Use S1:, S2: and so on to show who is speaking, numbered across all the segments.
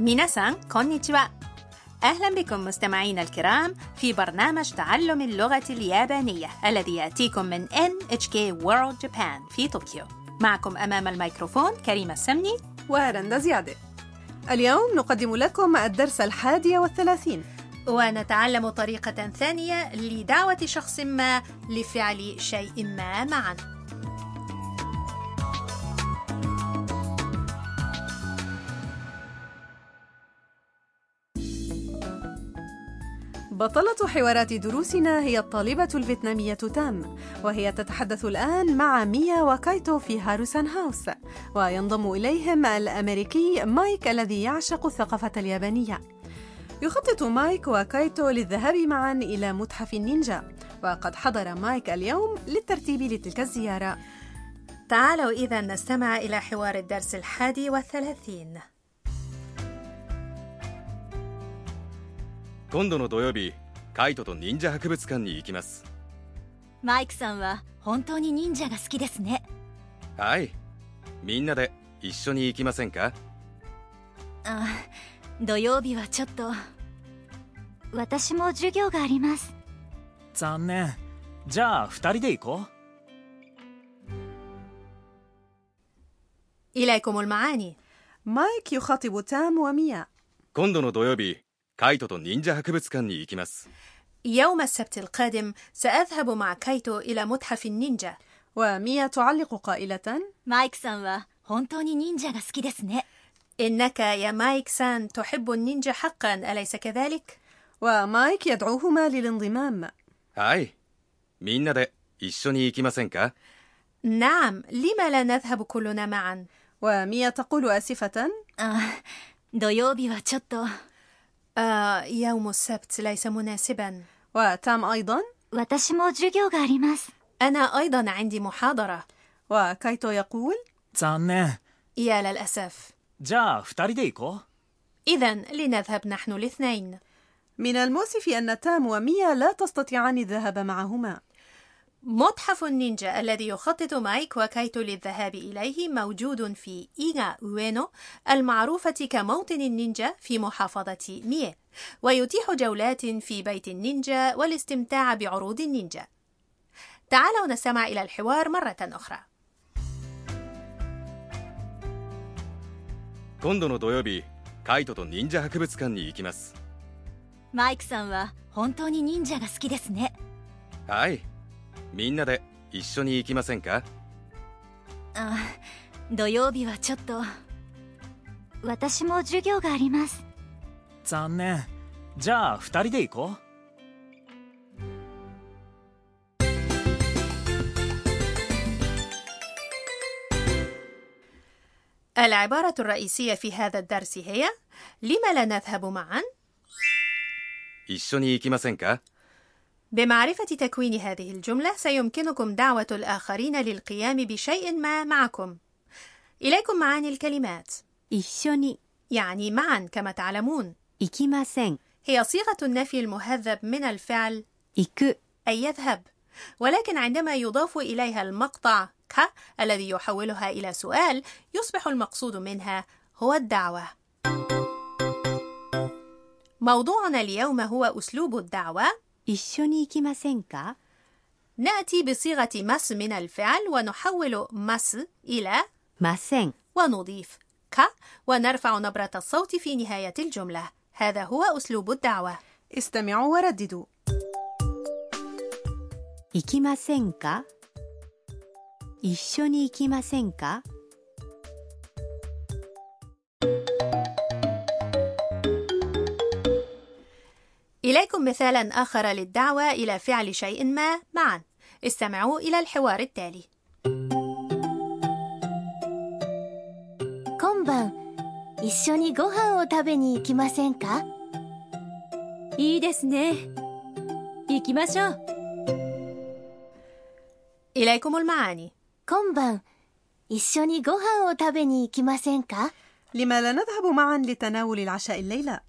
S1: ميناسان كونيتشوا أهلا بكم مستمعينا الكرام في برنامج تعلم اللغة اليابانية الذي يأتيكم من NHK World Japan في طوكيو معكم أمام الميكروفون كريمة السمني
S2: ورندا زيادة اليوم نقدم لكم الدرس الحادي والثلاثين
S1: ونتعلم طريقة ثانية لدعوة شخص ما لفعل شيء ما معا
S2: بطلة حوارات دروسنا هي الطالبة الفيتنامية تام وهي تتحدث الآن مع ميا وكايتو في هاروسان هاوس وينضم إليهم الأمريكي مايك الذي يعشق الثقافة اليابانية يخطط مايك وكايتو للذهاب معا إلى متحف النينجا وقد حضر مايك اليوم للترتيب لتلك الزيارة
S1: تعالوا إذا نستمع إلى حوار الدرس الحادي والثلاثين
S3: 今度の土曜日カイトと忍者博物館に行きます
S4: マイクさんは本当に忍者が好きですね
S3: はいみんなで一緒に行きませんか
S4: あ土曜日はちょっと私も授業があります
S5: 残念じゃあ2人で行こう
S1: إليكم المعاني
S2: مايك يخاطب تام وميا
S3: 今度の土曜日カイトと忍者博物館に行きます
S1: يوم السبت القادم سأذهب مع كايتو إلى متحف النينجا
S2: وميا تعلق قائلة
S4: マイクさんは本当に忍者が好きですね
S1: إنك يا مايك سان تحب النينجا حقا أليس كذلك؟
S2: ومايك يدعوهما للانضمام
S3: はいみんなで一緒に行きませんか
S1: نعم لما لا نذهب كلنا معا؟
S2: وميا تقول آسفة
S4: あ土曜日はちょっと
S1: آه يوم السبت ليس مناسبا
S2: وتام أيضا
S4: 私も授業があります
S1: أنا أيضا عندي محاضرة
S2: وكايتو يقول
S5: 残念
S1: يا للأسف
S5: じゃあ2人で行こ
S1: إذا لنذهب نحن الاثنين
S2: من المؤسف أن تام وميا لا تستطيعان الذهاب معهما
S1: متحف النينجا الذي يخطط مايك وكايتو للذهاب إليه موجود في إيغا أوينو المعروفة كموطن النينجا في محافظة ميه ويتيح جولات في بيت النينجا والاستمتاع بعروض النينجا تعالوا نستمع إلى الحوار مرة أخرى
S3: 今度の土曜日カイトと忍者博物館に行きます
S4: マイクさんは本当に忍者が好きですね
S3: はいみんなで一緒に行きませんか
S4: あ土曜日はちょっと私も授業があります
S5: う残念じゃあ2人で行こう
S1: العبارة الرئيسية في هذا الدرس هي لم لا نذهب معا؟
S3: 一緒に行きませんか
S1: بمعرفة تكوين هذه الجملة سيمكنكم دعوة الآخرين للقيام بشيء ما معكم. إليكم معاني الكلمات
S6: 一緒に
S1: يعني معا كما تعلمون
S6: 行きません
S1: هي صيغة النفي المهذب من الفعل
S6: 行く
S1: أي يذهب ولكن عندما يضاف إليها المقطع ك الذي يحولها إلى سؤال يصبح المقصود منها هو الدعوة موضوعنا اليوم هو أسلوب الدعوة
S6: 一緒に行きませんか
S1: نأتي بصيغة مس من الفعل ونحول مس إلى
S6: ません
S1: ونضيف ك ونرفع نبرة الصوت في نهاية الجملة هذا هو أسلوب الدعوة
S2: استمعوا ورددوا
S6: 行きませんか一緒に行きませんか
S1: إليكم مثالا آخر للدعوة إلى فعل شيء ما معا استمعوا إلى الحوار التالي
S7: 今晩一緒にご飯を食べに行きませんか
S4: いいですね行きましょう
S1: إليكم المعاني
S7: 今晩一緒にご飯を食べに行きませんか
S2: لما لا نذهب معا لتناول العشاء الليلة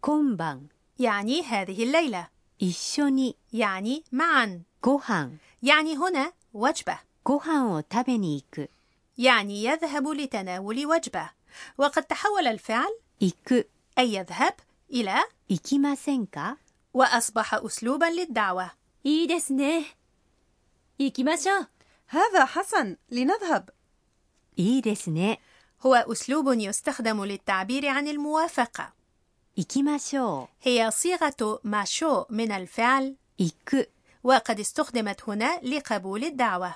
S6: 今晩
S1: يعني هذه الليلة
S6: 一緒に
S1: يعني معا
S6: ご飯
S1: يعني هنا وجبة
S6: ご飯を食べに行く
S1: يعني يذهب لتناول وجبة وقد تحول الفعل
S6: 行く、
S1: أي يذهب إلى
S6: 行きませんか
S1: وأصبح أسلوبا للدعوة
S4: いいですね行きましょう
S2: هذا حسن لنذهب
S6: いいですね。
S1: هو أسلوب يستخدم للتعبير عن الموافقة
S6: 行きましょ
S1: هي صيغة ما شو من الفعل
S6: う。行く、
S1: وقد استخدمت هنا لقبول الدعوة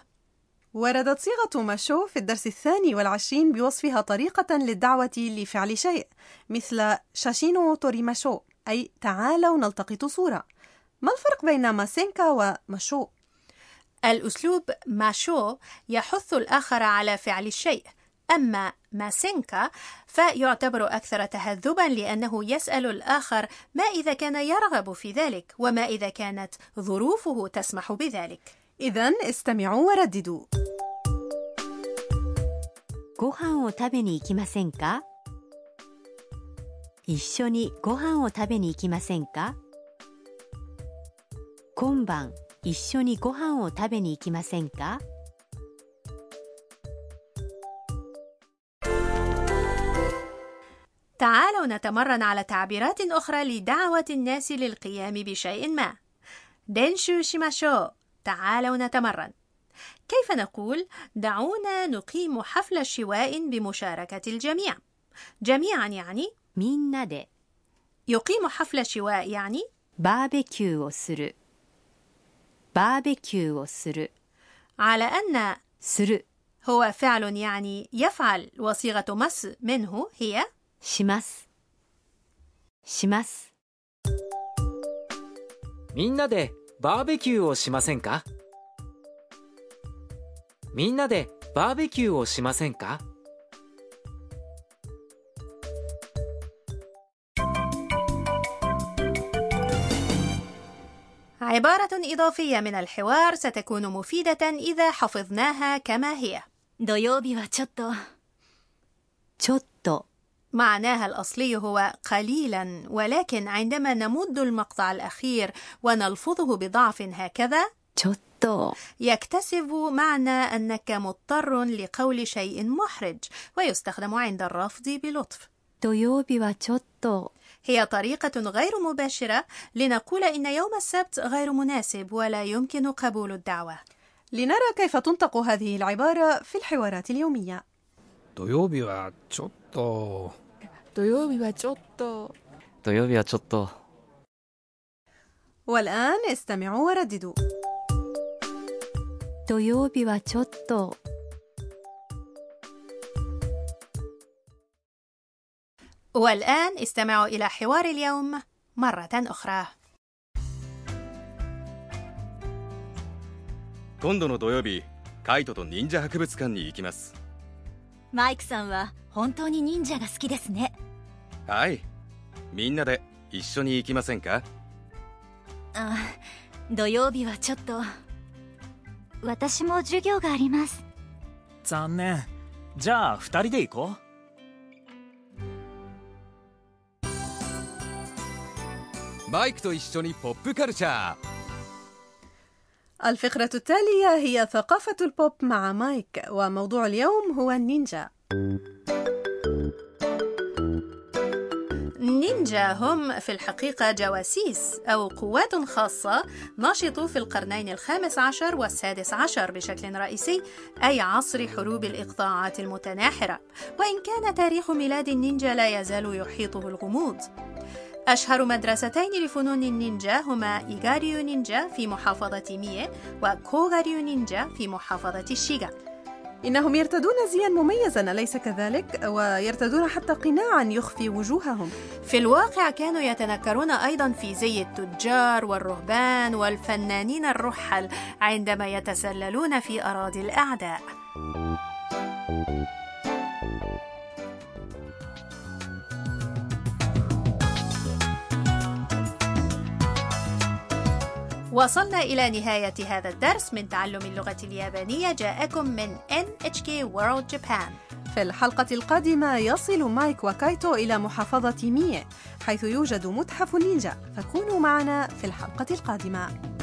S2: وردت صيغة مشو في الدرس الثاني والعشرين بوصفها طريقة للدعوة لفعل شيء مثل شاشينو توري مشو أي تعالوا نلتقط صورة ما الفرق بين ماسينكا ومشو؟
S1: الأسلوب ما شو يحث الآخر على فعل الشيء أما ماسينكا فيعتبر أكثر تهذبا لأنه يسأل الآخر ما إذا كان يرغب في ذلك وما إذا كانت ظروفه تسمح بذلك
S2: إذا استمعوا ورددوا
S6: ご飯を食べに行きませんか一緒にご飯を食べに行きませんか今晩、一緒にご飯を食べに行きませんか
S1: تعالوا نتمرن على تعبيرات أخرى لدعوة الناس للقيام بشيء ما. دنشو شيماشو تعالوا نتمرن. كيف نقول دعونا نقيم حفل شواء بمشاركة الجميع. جميعا يعني
S6: みんなで
S1: يقيم حفل شواء يعني
S6: バーベキューをする。バーベキューをする。
S1: على أن
S6: する、
S1: هو فعل يعني يفعل وصيغة مس منه هي
S6: します。します。
S8: みんなでバーベキューをしませんかみんなでバーベキューをしませんか
S1: عبارة إضافية من الحوار ستكون مفيدة إذا حفظناها كما هي.
S4: 土曜日はちょっと
S6: ちょっと、
S1: معناها الأصلي هو قليلا ولكن عندما نمد المقطع الأخير ونلفظه بضعف هكذا
S6: ちょっと。
S1: يكتسب معنى أنك مضطر لقول شيء محرج ويستخدم عند الرفض بلطف
S6: 土曜日はちょっと。
S1: هي طريقة غير مباشرة لنقول إن يوم السبت غير مناسب ولا يمكن قبول الدعوة
S2: لنرى كيف تنطق هذه العبارة في الحوارات اليومية
S9: 土曜日はちょっと
S10: 土曜日はちょっと
S8: 土曜日はちょっと
S2: والآن استمعوا ورددوا
S6: 土曜日はちょっと。
S1: والآن استمعوا إلى حوار اليوم مرة أخرى
S3: 今度の土曜日カイトと忍者博物館に行きます
S4: マイクさんは本当に忍者が好きですね
S3: はいみんなで一緒に行きませんか
S4: あ土曜日はちょっと私も授業があります
S5: 残念じゃあ二人で行こう
S2: الفقرة التالية هي ثقافة البوب مع مايك وموضوع اليوم هو النينجا
S1: النينجا هم في الحقيقة جواسيس أو قوات خاصة نشطوا في القرنين الخامس عشر والسادس عشر بشكل رئيسي أي عصر حروب الإقطاعات المتناحرة وإن كان تاريخ ميلاد النينجا لا يزال يحيطه الغموض أشهر مدرستين لفنون النينجا هما إيغاريو نينجا في محافظة ميه وكوغاريو نينجا في محافظة شيغا
S2: إنهم يرتدون زيا مميزا أليس كذلك؟ ويرتدون حتى قناعا يخفي وجوههم
S1: في الواقع كانوا يتنكرون أيضا في زي التجار والرهبان والفنانين الرحل عندما يتسللون في أراضي الأعداء وصلنا إلى نهاية هذا الدرس من تعلم اللغة اليابانية جاءكم من NHK World Japan
S2: في الحلقة القادمة يصل مايك وكايتو إلى محافظة ميه حيث يوجد متحف النينجا فكونوا معنا في الحلقة القادمة